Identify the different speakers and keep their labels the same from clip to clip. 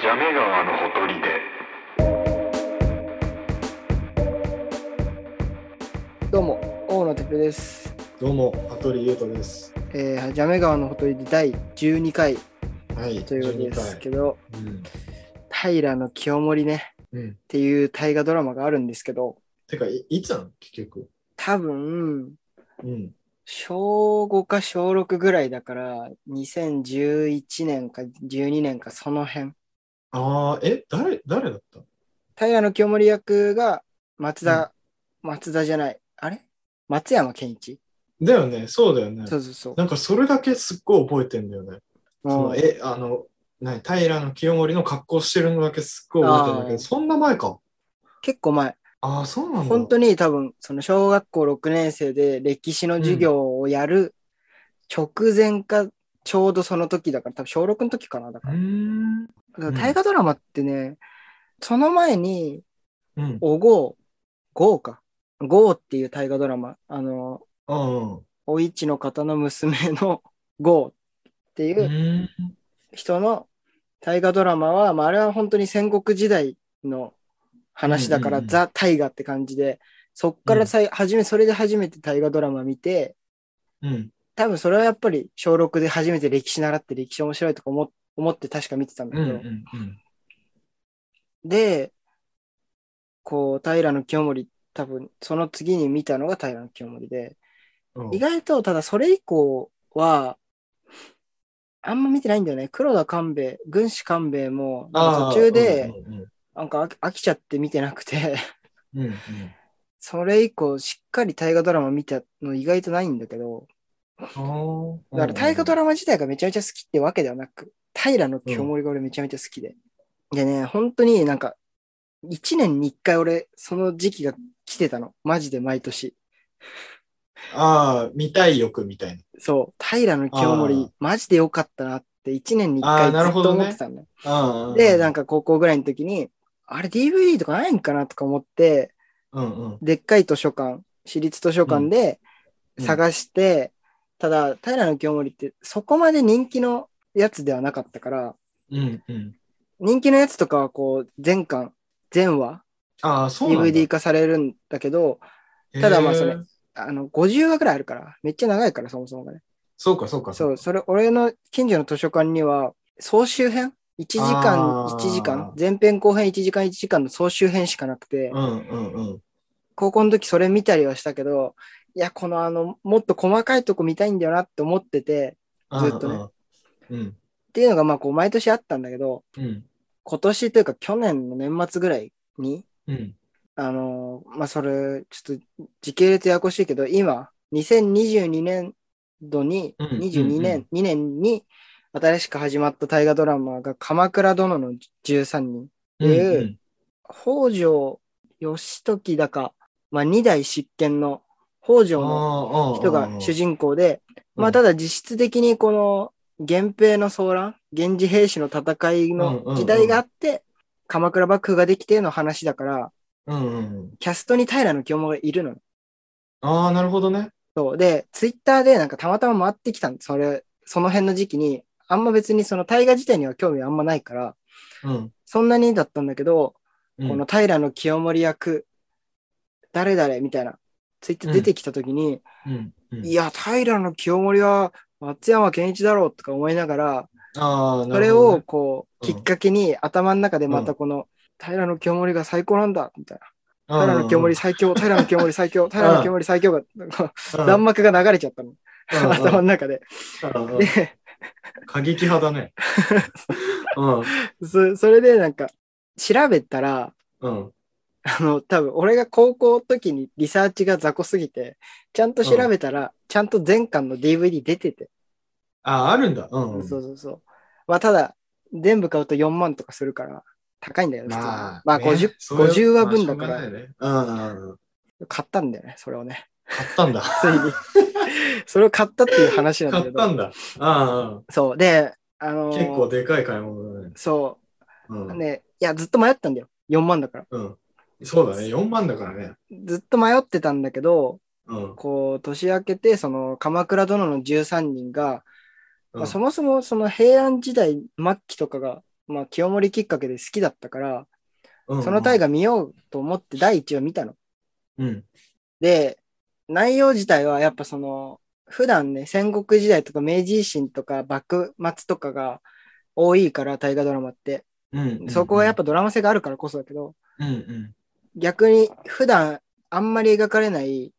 Speaker 1: ジャメ川のほとりで
Speaker 2: どうも、大野哲です。
Speaker 3: どうも、羽鳥優斗です。
Speaker 2: えー、ジャメ川のほとりで第12回
Speaker 3: はい、
Speaker 2: ということですけ
Speaker 3: ど。
Speaker 2: ど、
Speaker 3: うん。
Speaker 2: 平の清盛ねっ
Speaker 3: うん、
Speaker 2: ていう大河ドラマがあるんですけど、
Speaker 3: てか、いいつなん結局。
Speaker 2: 多分、
Speaker 3: うん。
Speaker 2: 小5か小6ぐらいだから、2011年か12年かその辺。
Speaker 3: ああ、え、誰、誰だった
Speaker 2: 平の清盛役が松田、松田じゃない、あれ松山ケンイチ
Speaker 3: だよね、そうだよね。
Speaker 2: そうそうそう。
Speaker 3: なんか、それだけすっごい覚えてんだよね。そ
Speaker 2: うん
Speaker 3: のえ、あの、何、平の清盛の格好してるのだけすっごい覚えてんだけ
Speaker 2: あ
Speaker 3: ど、
Speaker 2: ー
Speaker 3: そんな前か。
Speaker 2: 結構前、
Speaker 3: ああ、そうなんだ。
Speaker 2: 本当に多分その小学校6年生で歴史の授業をやる直前かちょうどその時だから多分小6の時かなだか
Speaker 3: うーん。
Speaker 2: らだ
Speaker 3: ん
Speaker 2: から大河ドラマってね、その前に
Speaker 3: うん。
Speaker 2: おごゴーかゴーっていう大河ドラマあの
Speaker 3: うん。う
Speaker 2: お市の方の娘の ゴーっていう
Speaker 3: ーん。
Speaker 2: 人の大河ドラマは、まあ、あれは本当に戦国時代の話だから、
Speaker 3: うんうんうん
Speaker 2: ザ・大河って感じでそっからさい、初めそれで初めて大河ドラマ見て
Speaker 3: うん。
Speaker 2: 多分それはやっぱり小6で初めて歴史習って歴史面白いとか思思って確か見てたんだ
Speaker 3: う
Speaker 2: け
Speaker 3: ん。う
Speaker 2: ど、
Speaker 3: ん。
Speaker 2: でこう平の清盛多分その次に見たのが平の清盛で
Speaker 3: うん
Speaker 2: 意外とただそれ以降はあんま見てないんだよね黒田官兵衛軍師官兵衛も
Speaker 3: あー
Speaker 2: 途中で、
Speaker 3: うんうん
Speaker 2: なんか飽き飽きちゃって見てなくて
Speaker 3: うん。うん
Speaker 2: それ以降しっかり大河ドラマ見たの意外とないんだけど
Speaker 3: うんあー
Speaker 2: だから大河ドラマ自体がめちゃめちゃ好きってわけではなく平の清盛が俺めちゃめちゃ好きで、でね本当になんか1年に1回俺その時期が来てたのマジで毎年
Speaker 3: ああ、見たい欲みたいな。
Speaker 2: そう平の清
Speaker 3: あー
Speaker 2: 盛マジで良かったなって1年に1回
Speaker 3: あーな
Speaker 2: ず
Speaker 3: る
Speaker 2: っ
Speaker 3: ほ
Speaker 2: と
Speaker 3: どね
Speaker 2: 思ってたんだよ、
Speaker 3: ああ
Speaker 2: でなん
Speaker 3: か、
Speaker 2: か高校ぐらいの時にあれ DVD とかないんかなとか思って
Speaker 3: うんうん、
Speaker 2: でっかい図書館、私立図書館で
Speaker 3: うん
Speaker 2: 探して、ただ、平野清盛ってそこまで人気のやつではなかったから、
Speaker 3: うんうん。
Speaker 2: 人気のやつとかはこう、全巻、全話、
Speaker 3: ああ、そうなんだ。
Speaker 2: DVD 化されるんだけど、ただまあそれ
Speaker 3: へえ
Speaker 2: あの、50話ぐらいあるから、めっちゃ長いから、そもそもがね。
Speaker 3: そうか、そうか。
Speaker 2: そう、
Speaker 3: か
Speaker 2: それ、俺の近所の図書館には、総集編 ?1 時間、
Speaker 3: あー
Speaker 2: 1時間、前編後編1時間、1時間の総集編しかなくて、
Speaker 3: うんうんうん。
Speaker 2: 高校の時それ見たりはしたけど、いや、このあの、もっと細かいとこ見たいんだよなって思ってて、ずっとね
Speaker 3: うんうん。
Speaker 2: っていうのがまあこう毎年あったんだけど、
Speaker 3: うん
Speaker 2: 今年というか去年の年末ぐらいに、
Speaker 3: うん。
Speaker 2: あのーまあそれ、ちょっと時系列ややこしいけど、今、2022年度に、
Speaker 3: うん
Speaker 2: 22
Speaker 3: うん
Speaker 2: 年、2年に、新しく始まった大河ドラマが、鎌倉殿の13人。
Speaker 3: うん。
Speaker 2: で北条義時だか、まあ2代執権の北条の人
Speaker 3: 人
Speaker 2: が主人公で、
Speaker 3: うん
Speaker 2: まあただ実質的にこの源平の騒乱、源氏兵士の戦いの時代があって、鎌倉幕府ができての話だから、
Speaker 3: うんうん。
Speaker 2: キャストに平野清盛がいるのよ。
Speaker 3: ああ、なるほどね。
Speaker 2: そうで、ツイッターでなんかたまたま回ってきたのそれ、その辺の時期に、あんま別にその大河自体には興味あんまないから、
Speaker 3: うん。
Speaker 2: そんなにだったんだけど、
Speaker 3: うん
Speaker 2: この、平野清盛役、誰々みたいな、ツイッター出てきた時に、
Speaker 3: うんうん
Speaker 2: いや、平の清盛は松山健一だろうとか思いながら、
Speaker 3: ああ、
Speaker 2: そ
Speaker 3: な
Speaker 2: れ
Speaker 3: るほど
Speaker 2: を
Speaker 3: ねう
Speaker 2: こう、
Speaker 3: ん
Speaker 2: きっかけに頭の中でまたこの、平の清盛が最高なんだ、みたいな。平の清盛 最強、平の清盛最強、平の清盛最強が、なんか
Speaker 3: うんうん
Speaker 2: 弾幕が流れちゃったの。
Speaker 3: うんうん
Speaker 2: 頭の中で。
Speaker 3: うんうん
Speaker 2: で、
Speaker 3: 過激派だね。うん
Speaker 2: そそれでなんか、調べたら、
Speaker 3: うん。
Speaker 2: あの、多分俺が高校の時にリサーチが雑魚すぎて、ちゃんと調べたら、ちゃんと全巻の DVD 出てて。
Speaker 3: ああ、あるんだ。うんうん。
Speaker 2: そうそうそう。まあ、ただ、全部買うと4万とかするから、高いんだよね。普通に
Speaker 3: まあ、
Speaker 2: まあ
Speaker 3: ね
Speaker 2: 50,、
Speaker 3: それ
Speaker 2: 50話分だか
Speaker 3: まあし
Speaker 2: ら
Speaker 3: ょう、がないねうんうんうん。
Speaker 2: 買ったんだよね、それをね。
Speaker 3: 買ったんだ。
Speaker 2: ついに。 それを買ったっていう話なんだ
Speaker 3: 買
Speaker 2: け
Speaker 3: った
Speaker 2: ど。
Speaker 3: んだ。あ
Speaker 2: そう。で、あの
Speaker 3: あ、
Speaker 2: ー
Speaker 3: 結構でかい買い物だね。
Speaker 2: そうう。
Speaker 3: ん。
Speaker 2: ね、いや、ずっと迷ったんだよ。4万だから。
Speaker 3: うん。そうだね。4万だからね。
Speaker 2: ずっと迷ってたんだけど、
Speaker 3: うん。
Speaker 2: こう、年明けて、その、鎌倉殿の13人が、
Speaker 3: うん
Speaker 2: まあ、そもそもその平安時代末期とかが、まあ、清盛きっかけで好きだったから、
Speaker 3: うん
Speaker 2: その大河見ようと思って第一話見たの。
Speaker 3: うん。
Speaker 2: で、内容自体はやっぱその、普段ね、戦国時代とか明治維新とか幕末とかが多いから、大河ドラマって。
Speaker 3: うん。
Speaker 2: そこはやっ
Speaker 3: ぱ、
Speaker 2: ぱドラマ性があるからこそだけど、
Speaker 3: うんうん。
Speaker 2: 逆に普段あんまり描かれない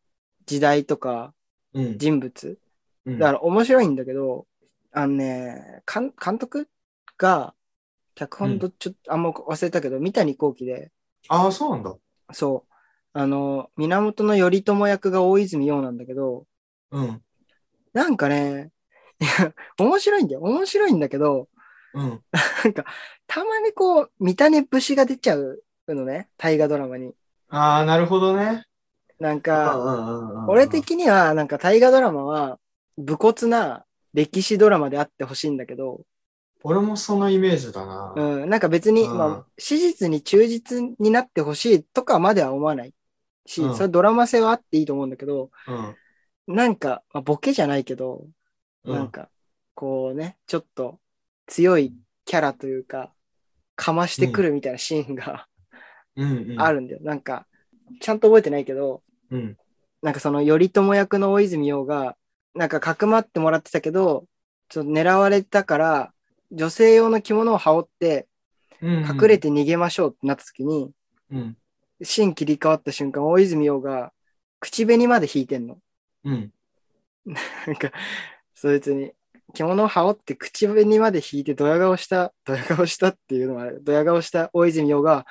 Speaker 2: 時代とか
Speaker 3: うん
Speaker 2: 人物、
Speaker 3: うん。
Speaker 2: だから面白いんだけど、あのね、かん監督が、脚本とちょっとあんま忘れたけど、三谷幸喜で、
Speaker 3: ああ、そうなんだ。
Speaker 2: そう、あの、源頼朝役が大泉洋なんだけど、
Speaker 3: うん。
Speaker 2: なんかね、いや面白いんだよ。面白いんだけど、
Speaker 3: うん。
Speaker 2: たまにこう、見た目節が出ちゃうのね、大河ドラマに。
Speaker 3: ああ、なるほどね。
Speaker 2: なん
Speaker 3: あ
Speaker 2: か、
Speaker 3: あ
Speaker 2: 俺。的には、なんか大河ドラマは、武骨な歴史ドラマであってほしいんだけど、
Speaker 3: 俺もそのイメージだな。
Speaker 2: うん、なんか別に、
Speaker 3: うん
Speaker 2: まあ、史実に忠実になってほしいとかまでは思わないし、
Speaker 3: うん
Speaker 2: それドラマ性はあっていいと思うんだけど、
Speaker 3: うん。
Speaker 2: なんか、まあ、ボケじゃないけど、
Speaker 3: う
Speaker 2: なん
Speaker 3: ん。
Speaker 2: か、こうね、ちょっと強いキャラというか、かましてくるみたいなシーンが
Speaker 3: うん。うん
Speaker 2: あ。るんだよ。なんか、ちゃんと覚えてないけど、
Speaker 3: うん。
Speaker 2: なんかその頼朝役の大泉洋が、なんかかくまってもらってたけど、ちょっと狙われたから、女性用の着物を羽織って、
Speaker 3: うん。
Speaker 2: 隠れて逃げましょうってなった時に、
Speaker 3: うん。
Speaker 2: シーン切り替わった瞬間、大泉洋が口紅まで引いてんの。
Speaker 3: うん。
Speaker 2: なんか、そいつに、着物を羽織って口紅まで引いてドヤ顔した、ドヤ顔したっていうのはあれ、ドヤ顔した大泉洋が、
Speaker 3: うん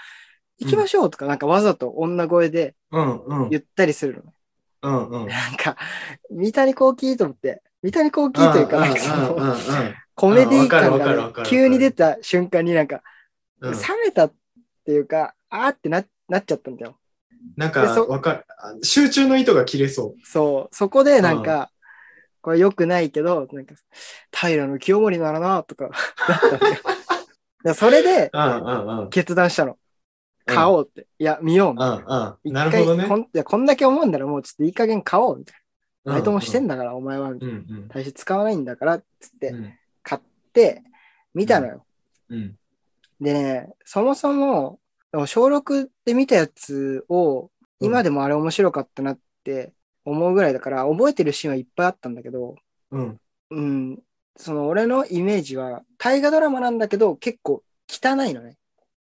Speaker 2: 行きましょうとか、なんかわざと女声で
Speaker 3: うん。うん。
Speaker 2: 言ったりするの。
Speaker 3: うん。うん。
Speaker 2: なんか、三谷幸喜と思って、三谷幸喜というか、なんかそのコメディ感
Speaker 3: わかるわかる
Speaker 2: が
Speaker 3: わか
Speaker 2: ね
Speaker 3: る
Speaker 2: 急に出た瞬間になんか、
Speaker 3: うん。うん。
Speaker 2: 冷めたっていうか、あーってななっちゃったんだよ。
Speaker 3: なん
Speaker 2: で
Speaker 3: か、
Speaker 2: そ
Speaker 3: わかる。あ集中の糸が切れそ
Speaker 2: そう、そこでなんか、これ良くないけど、なんか、平の清盛ならな、 とか、だったんだよで。それで
Speaker 3: う。うん。うん。うん。
Speaker 2: 決断したの。買おうって。いや、見ようみ
Speaker 3: う
Speaker 2: た
Speaker 3: ん。う
Speaker 2: い
Speaker 3: ん。
Speaker 2: な。
Speaker 3: なる
Speaker 2: 一回
Speaker 3: ほどね
Speaker 2: こ。んいやこんだけ思うんならもうちょっといい加減買おうみたいな。バイトもしてん
Speaker 3: だ。
Speaker 2: だから、お前は。みた
Speaker 3: う
Speaker 2: い
Speaker 3: ん
Speaker 2: な。
Speaker 3: うん。
Speaker 2: 大して使わないんだから、つって
Speaker 3: うん
Speaker 2: 買って、見たのよ。
Speaker 3: うん。
Speaker 2: でね、そもそも、でも小6で見たやつを、今でもあれ面白かったなって思うぐらいだから、覚えてるシーンはいっぱいあったんだけど、
Speaker 3: うん。
Speaker 2: うん、その俺のイメージは、大河ドラマなんだけど、結構汚いのね。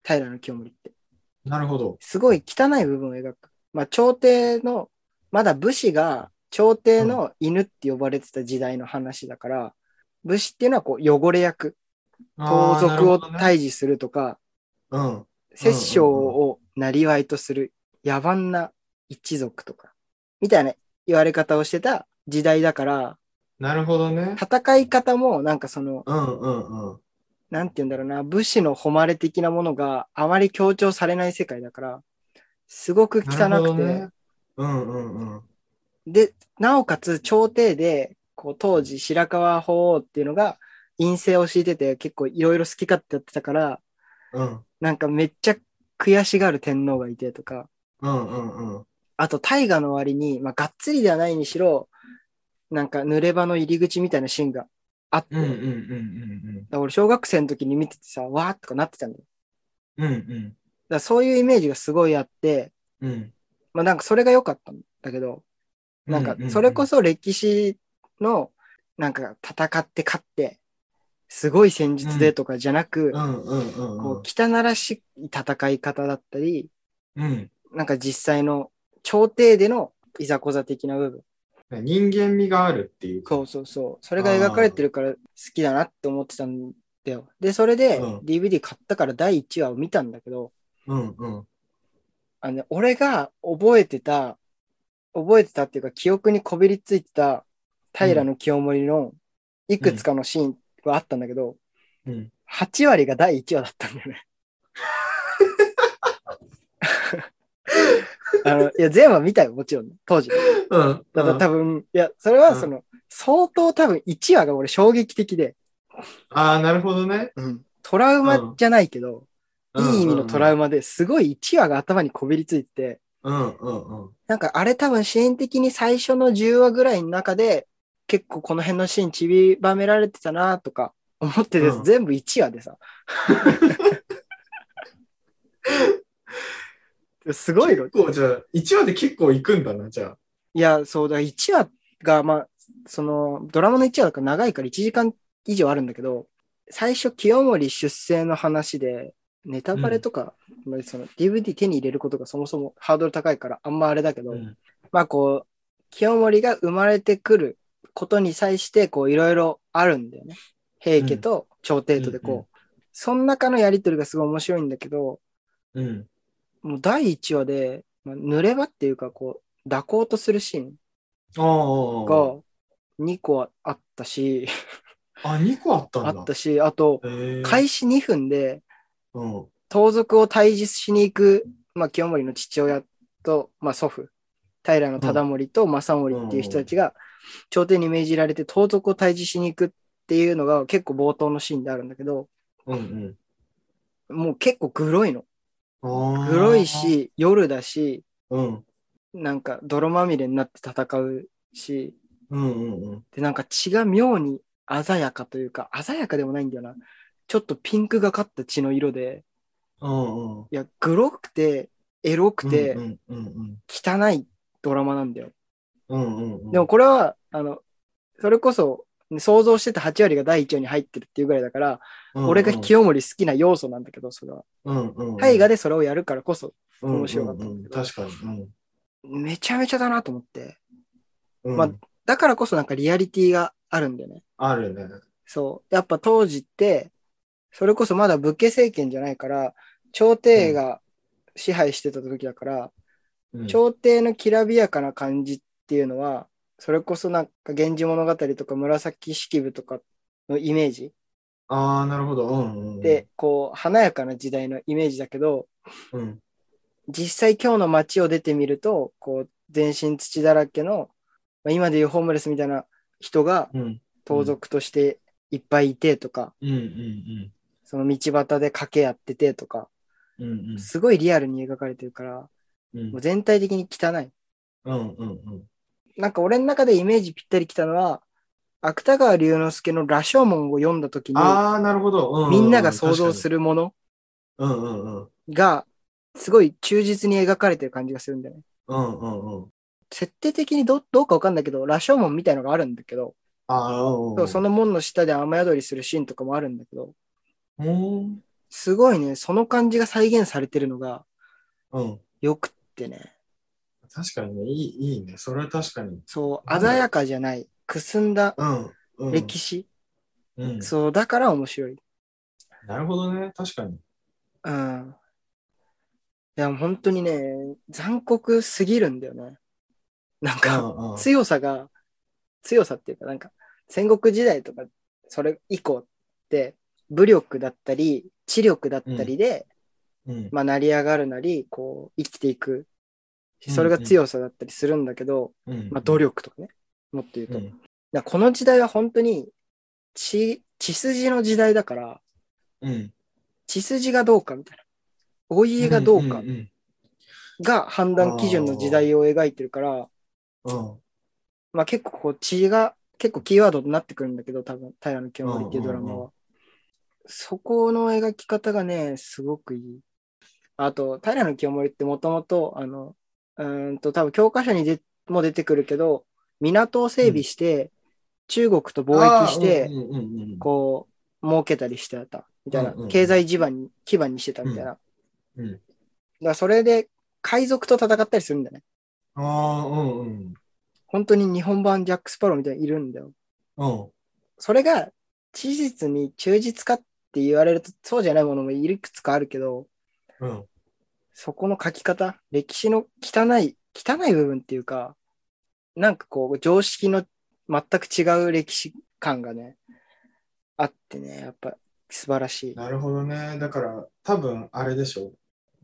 Speaker 2: 平の清盛って。
Speaker 3: なるほど。
Speaker 2: すごい汚い部分を描く。まあ、朝廷の、まだ武士が朝廷の犬って呼ばれてた時代の話だから、武士っていうのはこう汚れ役、
Speaker 3: あ
Speaker 2: 盗
Speaker 3: ー
Speaker 2: 賊を。
Speaker 3: なる
Speaker 2: 退治するとか、
Speaker 3: ほどね
Speaker 2: 摂政をなりわいとする野蛮な一族とか、みたいな言われ方をしてた時代だから、
Speaker 3: うん。なるほどね。
Speaker 2: 戦い方もなんかその、
Speaker 3: うん。うん。うん。
Speaker 2: なんて言うんだろうな、武士の誉れ的なものがあまり強調されない世界だから、すごく汚
Speaker 3: なるほ
Speaker 2: く
Speaker 3: ど
Speaker 2: て、
Speaker 3: ねうんうんうん。
Speaker 2: で、なおかつ朝廷で、こう当時白河法皇っていうのが陰性を敷いてて結構いろいろ好き勝手やってたから、
Speaker 3: うん
Speaker 2: なんかめっちゃ悔しがる天皇がいてとか、
Speaker 3: うんうんうん。
Speaker 2: あと大河の割に、まあ、がっつりではないにしろ、なんか濡れ場の入り口みたいなシーンがあって、
Speaker 3: うんうんうん
Speaker 2: だから俺小学生の時に見ててさ、わーっとかなってたんだよ。だか
Speaker 3: うんうん。うん
Speaker 2: らそういうイメージがすごいあって、
Speaker 3: うんうん。
Speaker 2: まあなんかそれが良かったんだけど、なんかそれこ
Speaker 3: そ。
Speaker 2: そ歴史のなんか戦って勝って、すごい戦術でとかじゃなく、
Speaker 3: うんうんうん
Speaker 2: こう汚らしい戦い方だったり、
Speaker 3: うん。
Speaker 2: なんか実際の朝廷でのいざこざ的な部分。
Speaker 3: うん。人間味があるっていうか。
Speaker 2: そうそうそう。それが描かれてるから好きだなって思ってたんだよ。で、それで
Speaker 3: うん
Speaker 2: DVD 買ったから第1話を見たんだけど、
Speaker 3: うんうん。
Speaker 2: あのね、俺が覚えてた、覚えてたっていうか、記憶にこびりついてた平の清盛のいくつかのシーンはあったんだけど、
Speaker 3: うん。
Speaker 2: 8割が第1話だったんだよ ね。あのいや全話見たよ、もちろん、当時。
Speaker 3: うん。
Speaker 2: ただ多分、いや、それはその、相当多分1話が俺衝撃的で、
Speaker 3: ああ、なるほどね。
Speaker 2: トラウマじゃないけど、いい意味のトラ
Speaker 3: ウ
Speaker 2: ウマですごい1話が頭にこびりついてて、
Speaker 3: マ。うんうんうん。
Speaker 2: なんかあれ多分支援的に最初の10話ぐらいの中で結構この辺のシーンちびばめられてたなとか思ってです、
Speaker 3: うん
Speaker 2: 全部1話で さ。すごいよ
Speaker 3: 結。構じゃあ、1話で結構行くんだな、じゃあ。
Speaker 2: いや、そうだ、1話が、まあ、その、ドラマの1話だから長いから1時間以上あるんだけど、最初、清盛出生の話で、ネタバレとか、まあその DVD 手に入れることがそもそもハードル高いから、あんまあれだけど、
Speaker 3: うん
Speaker 2: まあこう、清盛が生まれてくることに際して、こう、いろいろあるんだよね。平家と朝廷とでこう、
Speaker 3: うんうん
Speaker 2: その中のやりとりがすごい面白いんだけど、
Speaker 3: うん。
Speaker 2: もう第1話で、まあ、濡れ場っていうか、こう、抱こうとするシーン。
Speaker 3: ああ。
Speaker 2: が2個あったし、
Speaker 3: あ、2個あったんだ。
Speaker 2: あったし、あと、
Speaker 3: へえ
Speaker 2: 開始2分で
Speaker 3: うん。
Speaker 2: 盗賊を退治しに行く、まあ、清盛の父親と、まあ、祖父、平の忠盛と正盛っていう人たちが、朝廷に命じられて盗賊を退治しに行くっていうのが結構冒頭のシーンであるんだけど、
Speaker 3: うん
Speaker 2: もう結構グロいの。
Speaker 3: うん。ああ
Speaker 2: グロい。し、夜だし、
Speaker 3: うん。
Speaker 2: なんか泥まみれになって戦うし、
Speaker 3: うんうんうん。
Speaker 2: で、なんか血が妙に鮮やかというか、鮮やかでもないんだよな。ちょっとピンクがかった血の色で、
Speaker 3: うんうん。
Speaker 2: いや、グロくて、エロくて
Speaker 3: う、んうん
Speaker 2: 汚いドラマなんだよ。
Speaker 3: うん。うんうんうん。
Speaker 2: でもこれは、あの、それこそ、想像してた8割が第1話に入ってるっていうぐらいだから、
Speaker 3: うんうん、
Speaker 2: 俺が清盛好きな要素なんだけど、それは。
Speaker 3: うんうんうん
Speaker 2: 大河でそれをやるからこそ、面
Speaker 3: 面
Speaker 2: 白かったんだけど
Speaker 3: 確かに。うん
Speaker 2: めちゃめちゃだなと思って。
Speaker 3: うん。
Speaker 2: まあだからこそなんかリアリティがあるんだよね。
Speaker 3: あるね。
Speaker 2: そう。やっぱ当時って、それこそまだ武家政権じゃないから、朝廷が支配してた時だから、
Speaker 3: うん
Speaker 2: 朝廷のきらびやかな感じっていうのは、それこそなんか源氏物語とか紫式部とかのイメージ
Speaker 3: ああ、なるほど。うんうんうん。
Speaker 2: で、、こう華やかな時代のイメージだけど、
Speaker 3: うん。
Speaker 2: 実際今日の街を出てみると、こう全身土だらけの、まあ今でいうホームレスみたいな人が
Speaker 3: うん。
Speaker 2: 盗賊としていっぱいいてとか、
Speaker 3: うんうん
Speaker 2: その道端で賭け合っててとか、
Speaker 3: うん。うん
Speaker 2: すごいリアルに描かれてるから、
Speaker 3: うん
Speaker 2: もう。全体的に汚い。
Speaker 3: うんうんうん。
Speaker 2: なんか俺の中でイメージぴったりきたのは、芥川龍之介の羅生門を読んだ時に、
Speaker 3: ああ、なるほど。うう
Speaker 2: みんなが想像す
Speaker 3: る。
Speaker 2: るもの
Speaker 3: うんうんうん。
Speaker 2: が、すごい忠実に描かれてる感じがするんだよね。
Speaker 3: うんうんうん。
Speaker 2: 設定的にどどうかわかんないけど、羅生門みたいのがあるんだけど、
Speaker 3: ああ、うんう
Speaker 2: そ
Speaker 3: ん
Speaker 2: うその門の下で雨宿りするシーンとかもあるんだけど、
Speaker 3: うん。
Speaker 2: すごいね、その感じが再現されてるのが
Speaker 3: うん。
Speaker 2: よくってね、
Speaker 3: 確かにね、いい、いいね。それは確かに。
Speaker 2: そう、鮮やかじゃない、くすんだ
Speaker 3: うん。うん、
Speaker 2: 歴史、
Speaker 3: うん、
Speaker 2: そう、だから面白い。
Speaker 3: なるほどね。確かに。
Speaker 2: うん。いや、本当にね、残酷すぎるんだよね。なんか、
Speaker 3: うんうん
Speaker 2: 強さが、強さっていうか、なんか、戦国時代とか、それ以降って、武力だったり、知力だったりで、
Speaker 3: うん
Speaker 2: まあ、成り上がるなり、こう、生きていく。
Speaker 3: うん
Speaker 2: それが強さだったりするんだけど、
Speaker 3: うん
Speaker 2: まあ、努力とかね、もっと言うと。
Speaker 3: う
Speaker 2: だか
Speaker 3: ん
Speaker 2: らこの時代は本当に、血、血筋の時代だから、
Speaker 3: うん。
Speaker 2: 血筋がどうかみたいな、お家がどうか
Speaker 3: んん
Speaker 2: が判断基準の時代を描いてるから、
Speaker 3: うん。うん
Speaker 2: まあ結構こう血が結構キーワードになってくるんだけど、多分平野清盛っていうドラマ
Speaker 3: うんうん
Speaker 2: は。そこの描き方がね、すごくいい。あと、平野清盛ってもともと、あの、うーんと多分教科書にでも出てくるけど、港を整備して、中国と貿易して、
Speaker 3: あーうんうんうん
Speaker 2: こう、儲けたりしてた、みたいな
Speaker 3: うんうんう、ん
Speaker 2: 経済地盤に、基盤にしてたみたいな。
Speaker 3: うんうん
Speaker 2: だからそれで、海賊と戦ったりするんだよね。
Speaker 3: ああ、うんうん。
Speaker 2: 本当に日本版ジャック・スパローみたいにいるんだよ。
Speaker 3: うん。
Speaker 2: それが、事実に忠実かって言われると、そうじゃないものもいくつかあるけど、
Speaker 3: うん。
Speaker 2: そこの書き方、歴史の汚い、汚い部分っていうか、なんかこう、常識の全く違う歴史感がね、あってね、やっぱ素晴らしい。
Speaker 3: なるほどね。だから、多分あれでしょ。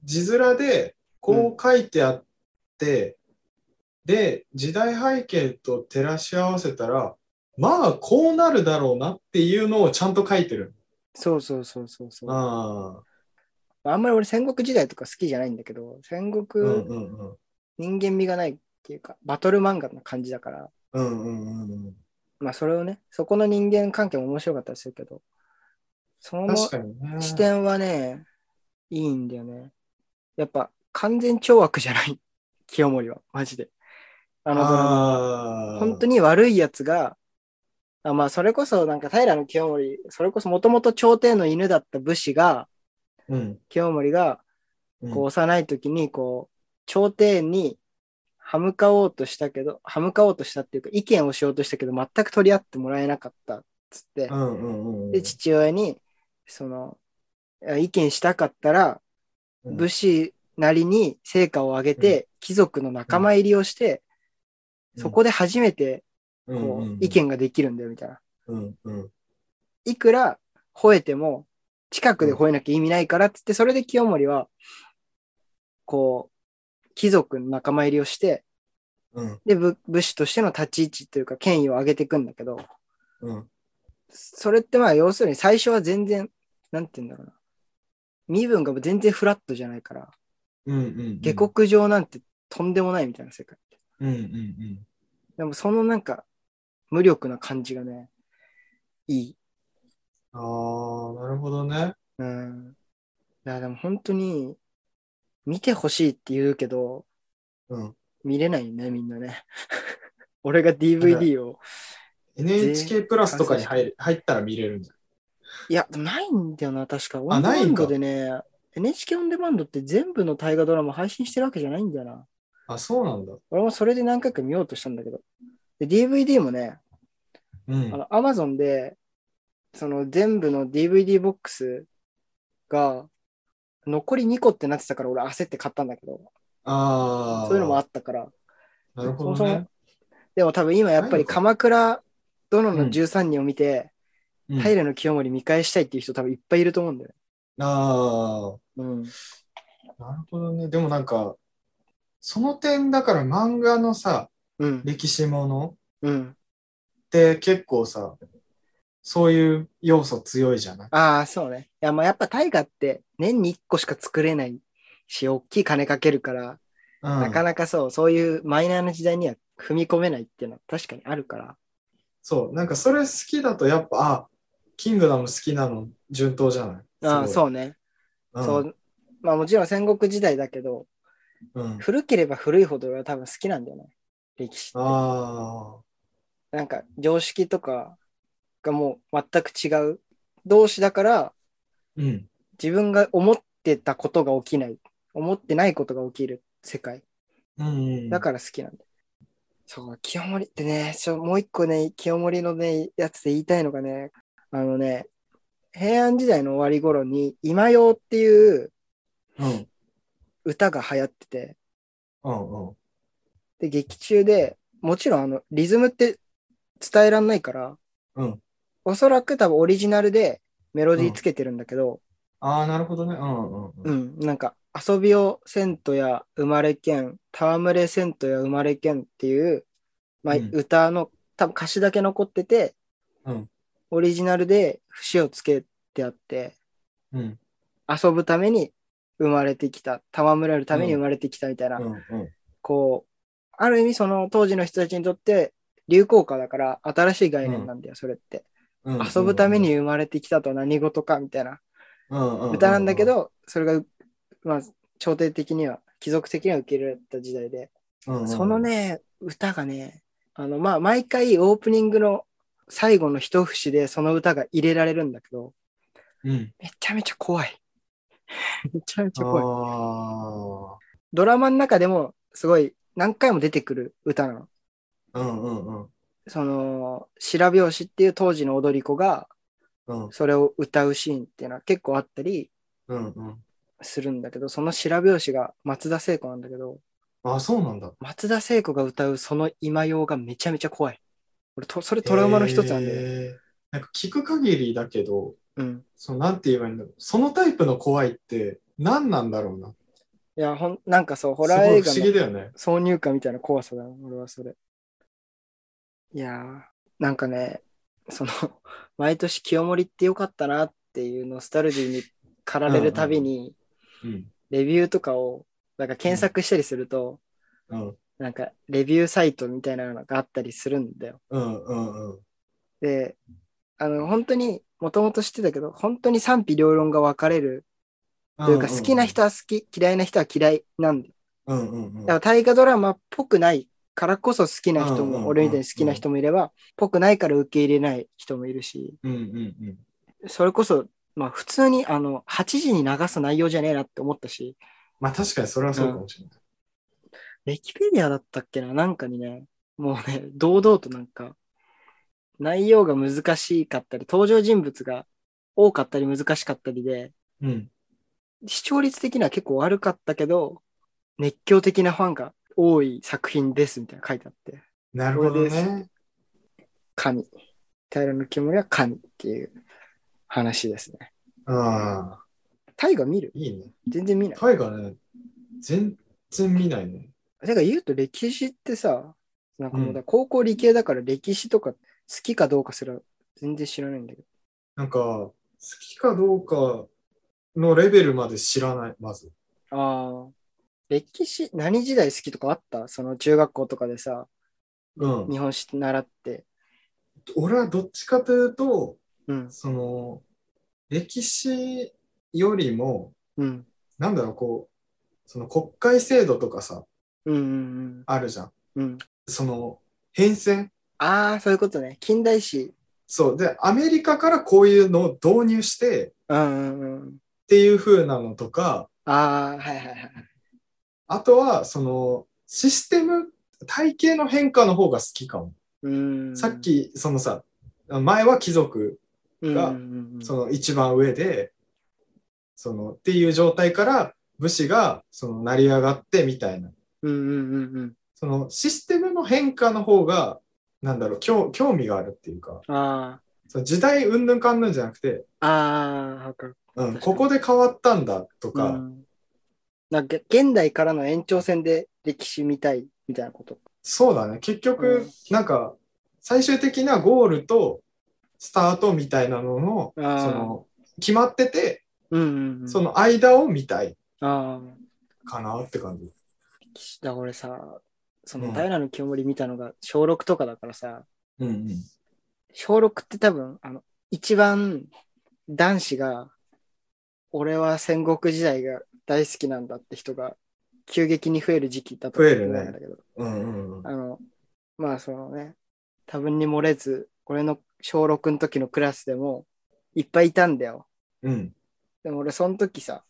Speaker 3: 字面で、こう書いてあって、で、時代背景と照らし合わせたら、まあ、こうなるだろうなっていうのをちゃんと書いてる。
Speaker 2: そうそうそうそうそう。
Speaker 3: ああ、
Speaker 2: あんまり俺戦国時代とか好きじゃないんだけど、戦
Speaker 3: うん
Speaker 2: 国
Speaker 3: うんうん。
Speaker 2: 人間味がないっていうか、バトル漫画な感じだから、
Speaker 3: うんうんうんうん。
Speaker 2: まあそれをね、そこの人間関係も面白かったりするけど、その
Speaker 3: 確かにね。
Speaker 2: 視点はね、いいんだよね。やっぱ完全懲悪じゃない、 清盛は、マジで。あのドラマ
Speaker 3: ああ。
Speaker 2: 本当に悪いやつが、あまあ、それこそなんか平清盛、それこそもともと朝廷の犬だった武士が、
Speaker 3: うん。
Speaker 2: 清盛が
Speaker 3: うん
Speaker 2: こう幼い時にこう、朝廷に歯向かおうとしたけど、歯向かおうとしたっていうか意見をしようとしたけど、全く取り合ってもらえなかったっつって
Speaker 3: う、んうんうんうん。
Speaker 2: で、父親に、その、いや意見したかったら、
Speaker 3: うん
Speaker 2: 武士なりに成果を上げて、貴族の仲間入りをして、
Speaker 3: うん
Speaker 2: そこで初めて
Speaker 3: う
Speaker 2: こ
Speaker 3: ん
Speaker 2: う
Speaker 3: うん
Speaker 2: 意。見ができるんだよみたいな。
Speaker 3: うんうん。
Speaker 2: いくら吠えても、近くで吠えなきゃ意味ないからっつって、それで清盛は、こう、貴族の仲間入りをして、
Speaker 3: うん
Speaker 2: で、武武士としての立ち位置というか、権威を上げていくんだけど、
Speaker 3: うん。
Speaker 2: それってまあ、要するに最初は全然、なんて言うんだろうな。身分が全然フラットじゃないから、
Speaker 3: うんうんうん。
Speaker 2: 下。克上なんてとんでもないみたいな世界。
Speaker 3: うんうんうん。
Speaker 2: でも、そのなんか、無力な感じがね、いい。
Speaker 3: ああ、なるほどね。
Speaker 2: うん。いや、でも本当に、見てほしいって言うけど、
Speaker 3: うん。
Speaker 2: 見れないね、みんなね。 俺が DVD を。
Speaker 3: NHK プラスとかに入る入ったら見れるんじ
Speaker 2: いや、でもないんだよな、確か。オ
Speaker 3: あ
Speaker 2: ンデ
Speaker 3: ない
Speaker 2: マン
Speaker 3: んか
Speaker 2: ドでね、NHK オンデマンドって全部の大河ドラマ配信してるわけじゃないんだよな。
Speaker 3: ゃん。あ、そうなんだ。
Speaker 2: 俺もそれで何回か見ようとしたんだけど。で、DVD もね、
Speaker 3: うん。
Speaker 2: あの、Amazon で、その全部の DVD ボックスが、残り2個ってなってたから俺焦って買ったんだけど、
Speaker 3: ああ。
Speaker 2: そういうのもあったから、
Speaker 3: なるほ
Speaker 2: そ
Speaker 3: ど
Speaker 2: もそも
Speaker 3: ね。
Speaker 2: でも多分今やっぱり鎌倉殿
Speaker 3: う
Speaker 2: の
Speaker 3: ん
Speaker 2: 13人を見て、
Speaker 3: うん
Speaker 2: 平清盛見返したいっていう人多分いっぱいいると思うんだよね。
Speaker 3: あ
Speaker 2: うん。
Speaker 3: あ、なるほどね。でもなんか、その点だから漫画のさ、
Speaker 2: うん。
Speaker 3: 歴史もの
Speaker 2: うん。
Speaker 3: って結構さ、そういう要素強いじゃない
Speaker 2: ああ、そうね。いや、まあやっぱ大河って年に1個しか作れないし、大きい金かけるから、
Speaker 3: うん
Speaker 2: なかなかそう、そういうマイナーな時代には踏み込めないっていうのは確かにあるから。
Speaker 3: そう、なんかそれ好きだとやっぱ、あ、キングダム好きなの順当じゃない
Speaker 2: ああ、
Speaker 3: すごい
Speaker 2: そうね。
Speaker 3: うん。
Speaker 2: そう。まあもちろん戦国時代だけど、
Speaker 3: うん。
Speaker 2: 古ければ古いほど俺は多分好きなんだよね。歴史って。
Speaker 3: あ
Speaker 2: なんか常識とかがもう全く違う同士だから
Speaker 3: あ、うん。
Speaker 2: 自分が思ってたことが起きない思ってないことが起きる世界
Speaker 3: うんうん。
Speaker 2: だから好きなんだ、そう清盛ってねちょもう一個ね清盛のねやつで言いたいのがねあのね平安時代の終わり頃に「今用」っていう
Speaker 3: うん。
Speaker 2: 歌が流行ってて
Speaker 3: うんうん。
Speaker 2: で劇中でもちろんあのリズムって伝えらんないから
Speaker 3: うん。
Speaker 2: おそらく多分オリジナルでメロディーつけてるんだけど、
Speaker 3: ああ、なるほどね。うんうんうん。
Speaker 2: うん、なんか、遊びをせんとや生まれけん、戯れせんとや生まれけんっていう、まあ、
Speaker 3: うん
Speaker 2: 歌の、多分歌詞だけ残ってて、
Speaker 3: うん
Speaker 2: オリジナルで節をつけてあって、
Speaker 3: うん
Speaker 2: 遊ぶために生まれてきた、戯れるために生まれてきたみたいな、
Speaker 3: うんうん。
Speaker 2: こう、ある意味その当時の人たちにとって流行歌だから新しい概念なんだよ、それって。
Speaker 3: うんうん
Speaker 2: 遊ぶために生まれてきたとは何事かみたいな。歌
Speaker 3: 歌
Speaker 2: なんだけ、ど、それが、まあ、朝廷的には、貴族的には受け入れられた時代で、
Speaker 3: うんうんうん
Speaker 2: その、ね、歌がね、あの、まあ、毎回オープニングの最後の一節でその歌が入れられるんだけど、
Speaker 3: うん、
Speaker 2: めちゃめちゃ怖 い。めちゃめちゃ怖い。
Speaker 3: あ
Speaker 2: ドラマの中でも、すごい、何回も出てくる歌なの。
Speaker 3: あ、うんうんうん
Speaker 2: その、白拍子っていう当時の踊り子が、
Speaker 3: うん
Speaker 2: それを歌うシーンっていうのは結構あったり
Speaker 3: うんうん。
Speaker 2: するんだけど、その白拍子が松田聖子なんだけど、
Speaker 3: あ、そうなんだ。
Speaker 2: 松田聖子が歌うその今用がめちゃめちゃ怖い。俺と、それトラウマの一つなんだよね。
Speaker 3: へーなんか聞く限りだけど、
Speaker 2: うん。
Speaker 3: そのなんて言えばいいんだろう。そのタイプの怖いって何なんだろうな。
Speaker 2: いや、ほん、なんかそう、ホ
Speaker 3: す
Speaker 2: ラー
Speaker 3: ごい
Speaker 2: 映
Speaker 3: 不
Speaker 2: 画
Speaker 3: 思議
Speaker 2: の
Speaker 3: だよね。
Speaker 2: 挿入歌みたいな怖さだな、俺はそれ。いやー、なんかね、その、 毎年清盛ってよかったなっていうノスタルジーに駆られるたびに、
Speaker 3: うん
Speaker 2: レビューとかを、なんか検索したりすると、
Speaker 3: うん
Speaker 2: なんか、レビューサイトみたいなのがあったりするんだよ。
Speaker 3: うんうんうん。
Speaker 2: で、あの、本当に、もともと知ってたけど、本当に賛否両論が分かれるというか、好きな人は好き、嫌いな人は嫌いなんだよ。
Speaker 3: うんうんうん
Speaker 2: だから大河ドラマっぽくないからこそ好きな
Speaker 3: う
Speaker 2: 人
Speaker 3: んうんうんうん
Speaker 2: も、俺みたいに好きな人もいれば、ぽくないから受け入れない人もいるし、
Speaker 3: うんうんうん
Speaker 2: それこそ、まあ普通にあの8時に流す内容じゃねえなって思ったし、
Speaker 3: まあ確かにそれはそうかもしれない。
Speaker 2: ウィキペディアだったっけななんかにね、もうね、堂々となんか、内容が難しかったり、登場人物が多かったり難しかったりで、
Speaker 3: うん。
Speaker 2: 視聴率的には結構悪かったけど、熱狂的なファンが多い作品ですみたいなの書いてあって、
Speaker 3: なるほど
Speaker 2: これ
Speaker 3: ね。
Speaker 2: 神。平の清盛は神っていう話ですね。
Speaker 3: ああ、
Speaker 2: 大河見る
Speaker 3: いいね。
Speaker 2: 全然見ない。
Speaker 3: タイガね、全然見ないね。
Speaker 2: てか言うと歴史ってさ、なんかもうだ
Speaker 3: う
Speaker 2: 高校理系だから歴史とか好きかどうかすら全然知らないんだけど。
Speaker 3: なんか、好きかどうかのレベルまで知らない、まず。
Speaker 2: ああ。歴史、何時代好きとかあったその中学校とかでさ、
Speaker 3: うん。
Speaker 2: 日本史習って。
Speaker 3: 俺はどっちかというと、
Speaker 2: うん。
Speaker 3: その、歴史よりも、
Speaker 2: うん。
Speaker 3: なんだろう、こう、その国会制度とかさ、
Speaker 2: うんうん
Speaker 3: あるじゃん。
Speaker 2: うん。うん。
Speaker 3: その、変遷
Speaker 2: ああ、そういうことね。近代史。
Speaker 3: そう。で、アメリカからこういうのを導入して、っ
Speaker 2: うんうんうん。
Speaker 3: ていう風なのとか、
Speaker 2: ああ、はいはいはい。
Speaker 3: あとは、その、システム、体系の変化の方が好きかも。
Speaker 2: うん。
Speaker 3: さっき、そのさ、前は貴族、が
Speaker 2: うんうんうん
Speaker 3: その一番上で、その、っていう状態から武士が、その、成り上がってみたいな。
Speaker 2: うんうんうんうん。
Speaker 3: その、システムの変化の方が、なんだろう、興興味があるっていうか、
Speaker 2: あ
Speaker 3: その時代うんぬんかんぬんじゃなくて、
Speaker 2: あ、ああ、わかる。
Speaker 3: うん、ここで変わったんだとか、
Speaker 2: うんなんか現代からの延長線で歴史見たいみたいなこと。
Speaker 3: そうだね。結
Speaker 2: う
Speaker 3: 局
Speaker 2: ん、
Speaker 3: なんか、最終的なゴールとスタートみたいなのの、
Speaker 2: あ
Speaker 3: そ
Speaker 2: ー
Speaker 3: の、決まってて、
Speaker 2: うんうん、うん。
Speaker 3: その間を見たい
Speaker 2: ああ。
Speaker 3: かなって感じ。
Speaker 2: 歴史だから俺さ、そうの
Speaker 3: ん
Speaker 2: 平の清盛見たのが小6とかだからさ、
Speaker 3: うんうん。
Speaker 2: 小6って多分、あの、一番男子が、俺は戦国時代が大好きなんだって人が急激に増える時期だと
Speaker 3: 増
Speaker 2: 思
Speaker 3: え
Speaker 2: う
Speaker 3: る
Speaker 2: ん
Speaker 3: ね
Speaker 2: だけど、
Speaker 3: うんうん
Speaker 2: あの、まあそのね、多分に漏れず、俺の小6の時のクラスでもいっぱいいたんだよ。
Speaker 3: うん。
Speaker 2: でも俺その時さ、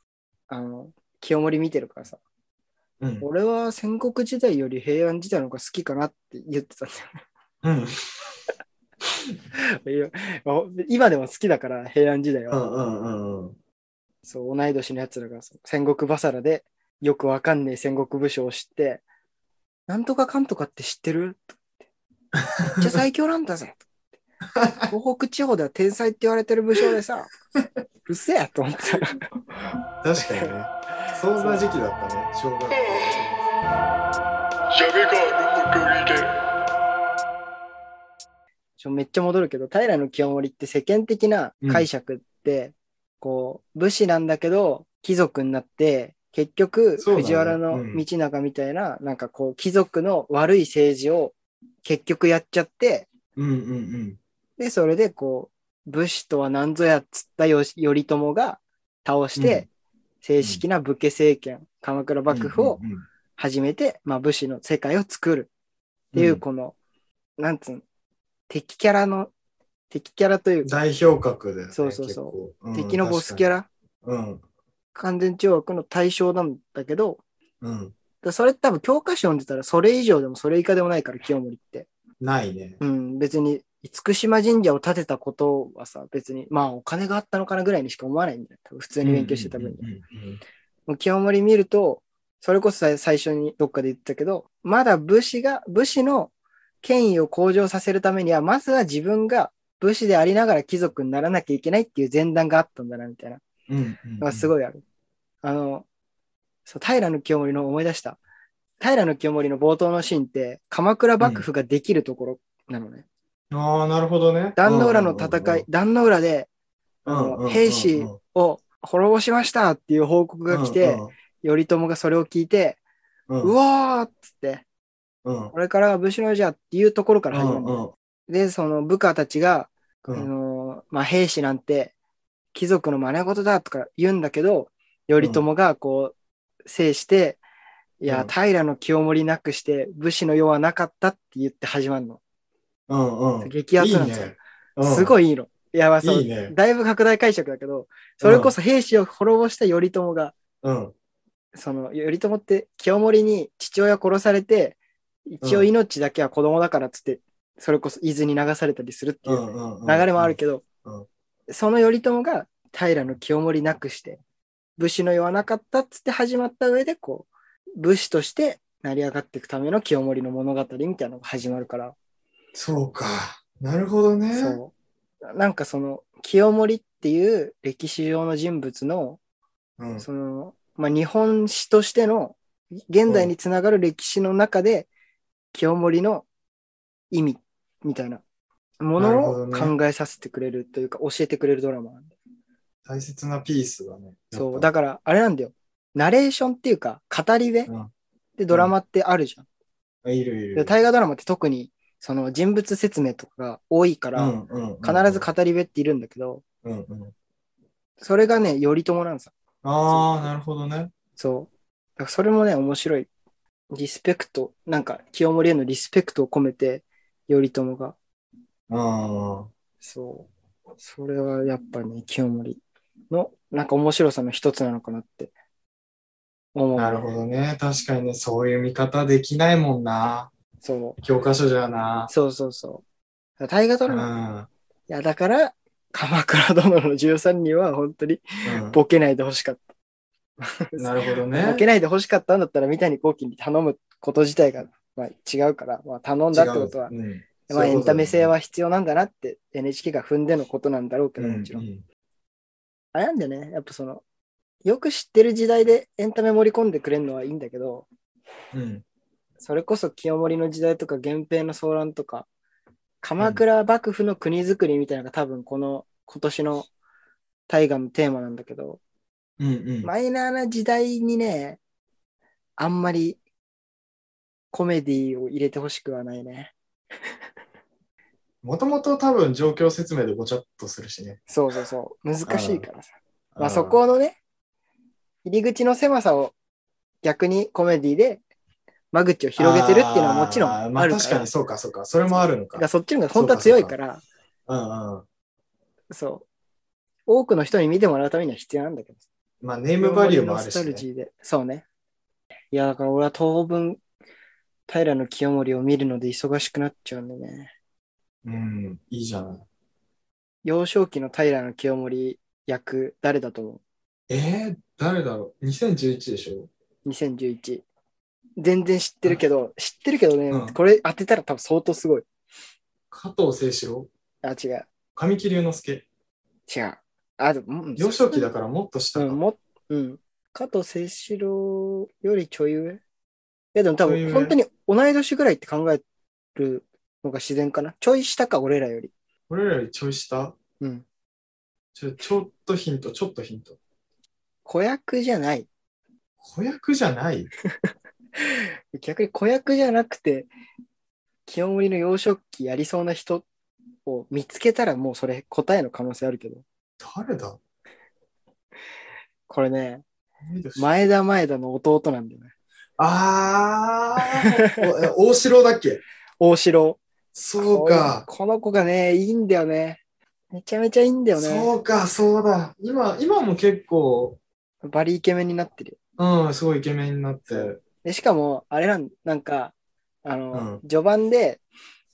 Speaker 2: あの、清盛見てるからさ、
Speaker 3: うん。
Speaker 2: 俺は戦国時代より平安時代の方が好きかなって言ってたん
Speaker 3: うん。
Speaker 2: だよ。いや今でも好きだから平安時代
Speaker 3: う
Speaker 2: は。
Speaker 3: んうんうんうん。
Speaker 2: そう、同い年のやつらがそう戦国バサラでよくわかんねえ戦国武将を知って、なんとかかんとかって知ってるとか言ってめっちゃ最強なん だぜ。とか言って東北地方では天才って言われてる武将でさ、うるせえと思ってた。
Speaker 3: 確かにね。そんな時期だったね、小学校。
Speaker 1: ジャメガーのほとりで
Speaker 2: ちょめっちゃ戻るけど、平清盛って世間的な解釈って、こう、武士なんだけど、貴族になって、結局、
Speaker 3: そうだね
Speaker 2: 藤原の道長みたいな、なんかこう、貴族の悪い政治を結局やっちゃって、
Speaker 3: うんうんうん。
Speaker 2: で、それでこう、武士とは何ぞやっつったよ頼朝が倒して、正式な武家政権、鎌倉幕府を
Speaker 3: うんうんうん
Speaker 2: 始めて、まあ、武士の世界を作るっていう、この、なんつうの、敵キャラの、敵キャラというか、
Speaker 3: 代表格で、ね。。
Speaker 2: そうそうそう敵のボスキャ
Speaker 3: ラ。
Speaker 2: ラ、
Speaker 3: うん。
Speaker 2: 完全懲悪の対象なんだけど、
Speaker 3: うん。
Speaker 2: だそれ多分教科書読んでたら、それ以上でもそれ以下でもないから、清盛って。
Speaker 3: ないね。
Speaker 2: うん、別に、厳島神社を建てたことはさ、別に、まあお金があったのかなぐらいにしか思わないんだよ。多分普通に勉強してた分に。
Speaker 3: うんうんうんうん
Speaker 2: もう清盛見ると、それこそさ最初にどっかで言ったけど、まだ武士が、武士の権威を向上させるためには、まずは自分が武士でありながら貴族にならなきゃいけないっていう前段があったんだな、みたいな
Speaker 3: うんうん
Speaker 2: のがすごいある。あの、そう、平清盛の思い出した。平清盛の冒頭のシーンって、鎌倉幕府ができるところなのね。
Speaker 3: ああ、なるほどね。
Speaker 2: 壇の浦の戦い、壇の浦で
Speaker 3: うんうんうんうん、
Speaker 2: あの兵士を滅ぼしましたっていう報告が来て、頼朝がそれを聞いて、
Speaker 3: うん、
Speaker 2: うわーっつって、
Speaker 3: うん、
Speaker 2: これからは武士の世じゃっていうところから始まるんだよ。
Speaker 3: うんうん
Speaker 2: で、その部下たちが、
Speaker 3: う
Speaker 2: あ
Speaker 3: ん。
Speaker 2: のまあ、兵士なんて貴族の真似事だとか言うんだけど頼朝がこう制して、いや
Speaker 3: うん
Speaker 2: 平清盛なくして武士の世はなかったって言って始まるの、
Speaker 3: うんうん。
Speaker 2: 激アツな
Speaker 3: い
Speaker 2: ん
Speaker 3: い
Speaker 2: ですよ
Speaker 3: ね。うん
Speaker 2: すごいいいのいやまあそう
Speaker 3: いいね
Speaker 2: だいぶ拡大解釈だけどそれこそ兵士を滅ぼした頼朝が、
Speaker 3: うん。
Speaker 2: その頼朝って清盛に父親殺されて一応
Speaker 3: うん
Speaker 2: 命だけは子供だからっつって、それこそ伊豆に流されたりするっていう流
Speaker 3: 流
Speaker 2: れもあるけど、
Speaker 3: うん
Speaker 2: その頼朝が平清盛なくして武士の世はなかったっつって始まった上でこう武士として成り上がっていくための清盛の物語みたいなのが始まるから、
Speaker 3: そうか。なるほどね。
Speaker 2: そうなんかその清盛っていう歴史上の人物の
Speaker 3: うん。
Speaker 2: その、まあ、日本史としての現代につながる歴史の中で、清盛の意味みたいなもの
Speaker 3: な
Speaker 2: を
Speaker 3: るほど
Speaker 2: 考えさせてくれるというか、教えてくれるドラマなんで
Speaker 3: 大切なピースだね。
Speaker 2: そう
Speaker 3: や
Speaker 2: だ
Speaker 3: っ
Speaker 2: からあれなんだよナレーションっていうか語り部
Speaker 3: うん
Speaker 2: でドラマってあるじゃん、
Speaker 3: ぱいるい
Speaker 2: で
Speaker 3: る。
Speaker 2: 大河ドラマって特にその人物説明とかが多いから、
Speaker 3: うんうんうん
Speaker 2: 必ず語り部っているんだけど
Speaker 3: うんうん。
Speaker 2: それがね頼朝なんですよ
Speaker 3: ああ、なるほどね。
Speaker 2: そうだからそれもね面白いリスペクトなんか清盛へのリスペクトを込めて頼朝が
Speaker 3: あ
Speaker 2: そうそれはやっぱね清盛のなんか面白さの一つなのかなって思
Speaker 3: あ、な
Speaker 2: う
Speaker 3: るほどね。確かにね、そういう見方できないもんな。
Speaker 2: そう
Speaker 3: 教科書じゃな。
Speaker 2: そうそうそう。大河ド
Speaker 3: う
Speaker 2: ラマ。い
Speaker 3: ん。
Speaker 2: や、だから、鎌倉殿の13人は本当に
Speaker 3: うん
Speaker 2: ボケないでほしかっ
Speaker 3: なるほど
Speaker 2: た。
Speaker 3: ね
Speaker 2: ボ。ケないでほしかったんだったら、三谷幸喜に頼むこと自体が、まあ、違うから、まあ、頼んだってことは、
Speaker 3: 違ううん
Speaker 2: まあ、エンタメ性
Speaker 3: そういう
Speaker 2: は必要なんだなって NHK が踏んでのことなんだろうけ
Speaker 3: ことだよね
Speaker 2: ど、もちろん。
Speaker 3: ううん
Speaker 2: あれなんだよね、やっぱその、よく知ってる時代でエンタメ盛り込んでくれるのはいいんだけど、
Speaker 3: うん。
Speaker 2: それこそ清盛の時代とか源平の騒乱とか鎌倉幕府の国づくりみたいなのが多分この今年の大河のテーマなんだけど、
Speaker 3: うんうん。
Speaker 2: マイナーな時代にねあんまりコメディを入れてほしくはないね
Speaker 3: もともと多分状況説明でごちゃっとするしね。
Speaker 2: そうそうそう難しいからさまあ、
Speaker 3: うん
Speaker 2: そ。このね入り口の狭さを逆にコメディで間口を広げてるっていうのはもちろん
Speaker 3: あ
Speaker 2: あ
Speaker 3: ー
Speaker 2: る
Speaker 3: ま
Speaker 2: か
Speaker 3: あ
Speaker 2: ら、
Speaker 3: 確かにそうかそうか。それもあるの
Speaker 2: だから
Speaker 3: か。
Speaker 2: そっちの方が本当は強いから
Speaker 3: うんうん。
Speaker 2: そう。多くの人に見てもらうためには必要なんだけど。
Speaker 3: まあネ
Speaker 2: ゲ
Speaker 3: ームバリューもあ
Speaker 2: ノ
Speaker 3: る
Speaker 2: スタ
Speaker 3: し、
Speaker 2: ル
Speaker 3: ね。
Speaker 2: ジーで。そうね。いや、だから俺は当分、平の清盛を見るので忙しくなっちゃうんでね。
Speaker 3: うん、いいじゃない。
Speaker 2: 幼少期の平の清盛役、誰だと思
Speaker 3: えー、誰だろう ?2011 でしょ
Speaker 2: う ?2011。全然知ってるけど、知ってるけどね、
Speaker 3: うん
Speaker 2: これ当てたら多分相当すごい。
Speaker 3: 加藤清史郎
Speaker 2: あ、違う。
Speaker 3: 神木隆之介。
Speaker 2: 違う。あ、でも、うん
Speaker 3: 幼少期だからもっと下
Speaker 2: う
Speaker 3: か。
Speaker 2: ん、も、うん。加藤清史郎よりちょい上いや、でも多
Speaker 3: ちょい
Speaker 2: 分、
Speaker 3: 上
Speaker 2: 本当に同い年ぐらいって考えるのが自然かな。ちょい下か、俺らより。
Speaker 3: 俺らよりちょい下
Speaker 2: うん。
Speaker 3: ちょちょっとヒント、ちょっとヒント。
Speaker 2: 子役じゃない。
Speaker 3: 子役じゃない
Speaker 2: 逆に子役じゃなくて、清盛の幼少期やりそうな人を見つけたら、もうそれ答えの可能性あるけど。
Speaker 3: 誰だ
Speaker 2: これね、
Speaker 3: 同い年
Speaker 2: 前田前田の弟なんだよね。
Speaker 3: あーおえ大城だっけ
Speaker 2: 大城。
Speaker 3: そうか。
Speaker 2: このこの子がね、いいんだよね。めちゃめちゃいいんだよね。
Speaker 3: そうか、そうだ。今、今も結構、
Speaker 2: バリイケメンになってるよ
Speaker 3: うん、すごいイケメンになって。
Speaker 2: で、しかも、あれなん、なんか、あの、
Speaker 3: う
Speaker 2: 序盤で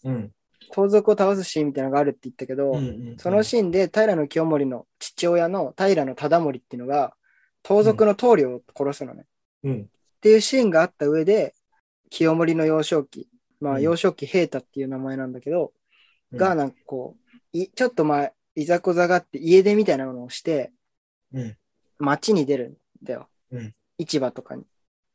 Speaker 3: うん。
Speaker 2: 盗賊を倒すシーンみたいなのがあるって言ったけど、
Speaker 3: うんうんうん
Speaker 2: そのシーンで平清盛の父親の平忠盛っていうのが、盗賊の棟梁を殺すのね、っ
Speaker 3: うん。
Speaker 2: ていうシーンがあった上で、清盛の幼少期、ま
Speaker 3: う
Speaker 2: あ
Speaker 3: ん
Speaker 2: 幼少期平太っていう名前なんだけど、が、なんかこう、いちょっとまあ、いざこざがあって家出みたいなのをして、
Speaker 3: うん
Speaker 2: 町に出るんだよ。
Speaker 3: うん
Speaker 2: 市場とかに。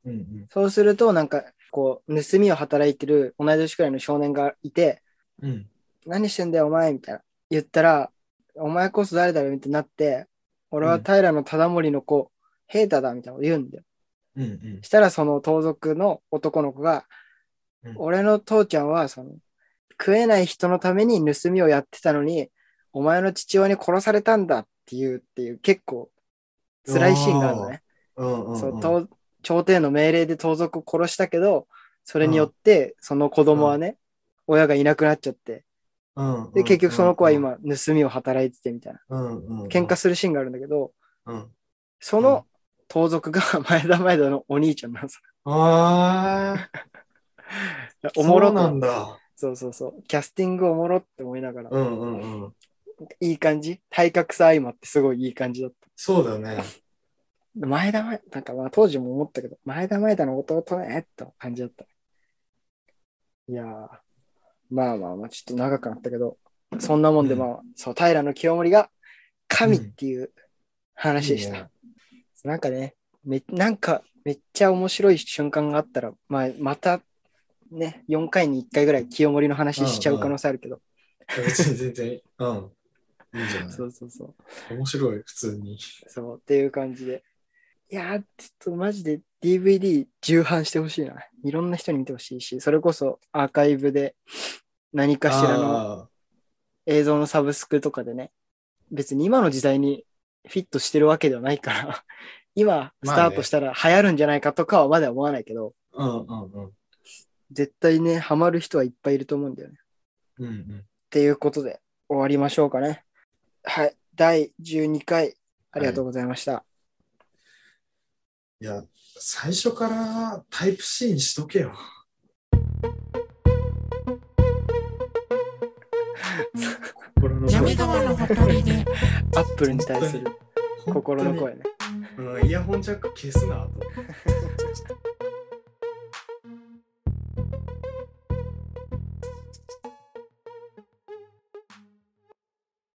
Speaker 3: うんうん
Speaker 2: そうすると、なんか、こう、盗みを働いてる同い年くらいの少年がいて、
Speaker 3: うん。
Speaker 2: 何してんだよ、お前みたいな。言ったら、お前こそ誰だよ、みたいになって、俺は平の忠盛の子、平太だ、みたいなこと言うんだよ。
Speaker 3: うんうん
Speaker 2: したら、その盗賊の男の子が
Speaker 3: うん、
Speaker 2: 俺の父ちゃんは、その、食えない人のために盗みをやってたのに、お前の父親に殺されたんだっていうっていう結構辛いシーンがあるのね。
Speaker 3: うんうんうん、
Speaker 2: そうと朝廷の命令で盗賊を殺したけど、それによってその子供はね、親がいなくなっちゃって、
Speaker 3: うんうん
Speaker 2: で、結局その子は、今盗みを働いててみたいな、
Speaker 3: うんうんうん、
Speaker 2: 喧嘩するシーンがあるんだけど、
Speaker 3: うん
Speaker 2: その盗賊が 前田前田のお兄ちゃんなんです
Speaker 3: ああ、
Speaker 2: おもろ
Speaker 3: そうな
Speaker 2: と
Speaker 3: んだ。
Speaker 2: そうそうそう、キャスティングおもろって思いながら、
Speaker 3: うんうんうん。
Speaker 2: いい感じ体格差相まってすごいいい感じだった。
Speaker 3: そうだね。
Speaker 2: 前田前、なんかまあ当時も思ったけど、前田前田の弟ね、と感じだった。いやー、まあまあまあ、ちょっと長くなったけど、そんなもんで、
Speaker 3: うん
Speaker 2: まあ、そう、平の清盛が神っていう話でした。
Speaker 3: いいね
Speaker 2: なんかね、め、なんかめっちゃ面白い瞬間があったら、まあ、またね、4回に1回ぐらい清盛の話しちゃう可能性あるけど、
Speaker 3: 別に全然、うん。いいんじゃない
Speaker 2: そうそうそう。
Speaker 3: 面白い、普通に。
Speaker 2: そう、っていう感じで。いやー、ちょっとマジで DVD 重版してほしいな。いろんな人に見てほしいし、それこそアーカイブで何かしらの
Speaker 3: あ
Speaker 2: 映像のサブスクとかでね、別に今の時代にフィットしてるわけではないから、 今スタートしたら流行るんじゃないかとかはまだ思わないけど、
Speaker 3: ーうんうんうん。
Speaker 2: 絶対ね、ハマる人はいっぱいいると思うんだよね。
Speaker 3: うんうん。
Speaker 2: っていうことで終わりましょうかね。はい、第12回ありがとうございました。
Speaker 3: いや、最初からタイプ C にしとけよ。心の
Speaker 4: 闇
Speaker 3: 声。
Speaker 4: 川のほとりで。
Speaker 2: アップルに対する心の声ね。
Speaker 3: 本当に。うん、イヤホンジャック消すなと。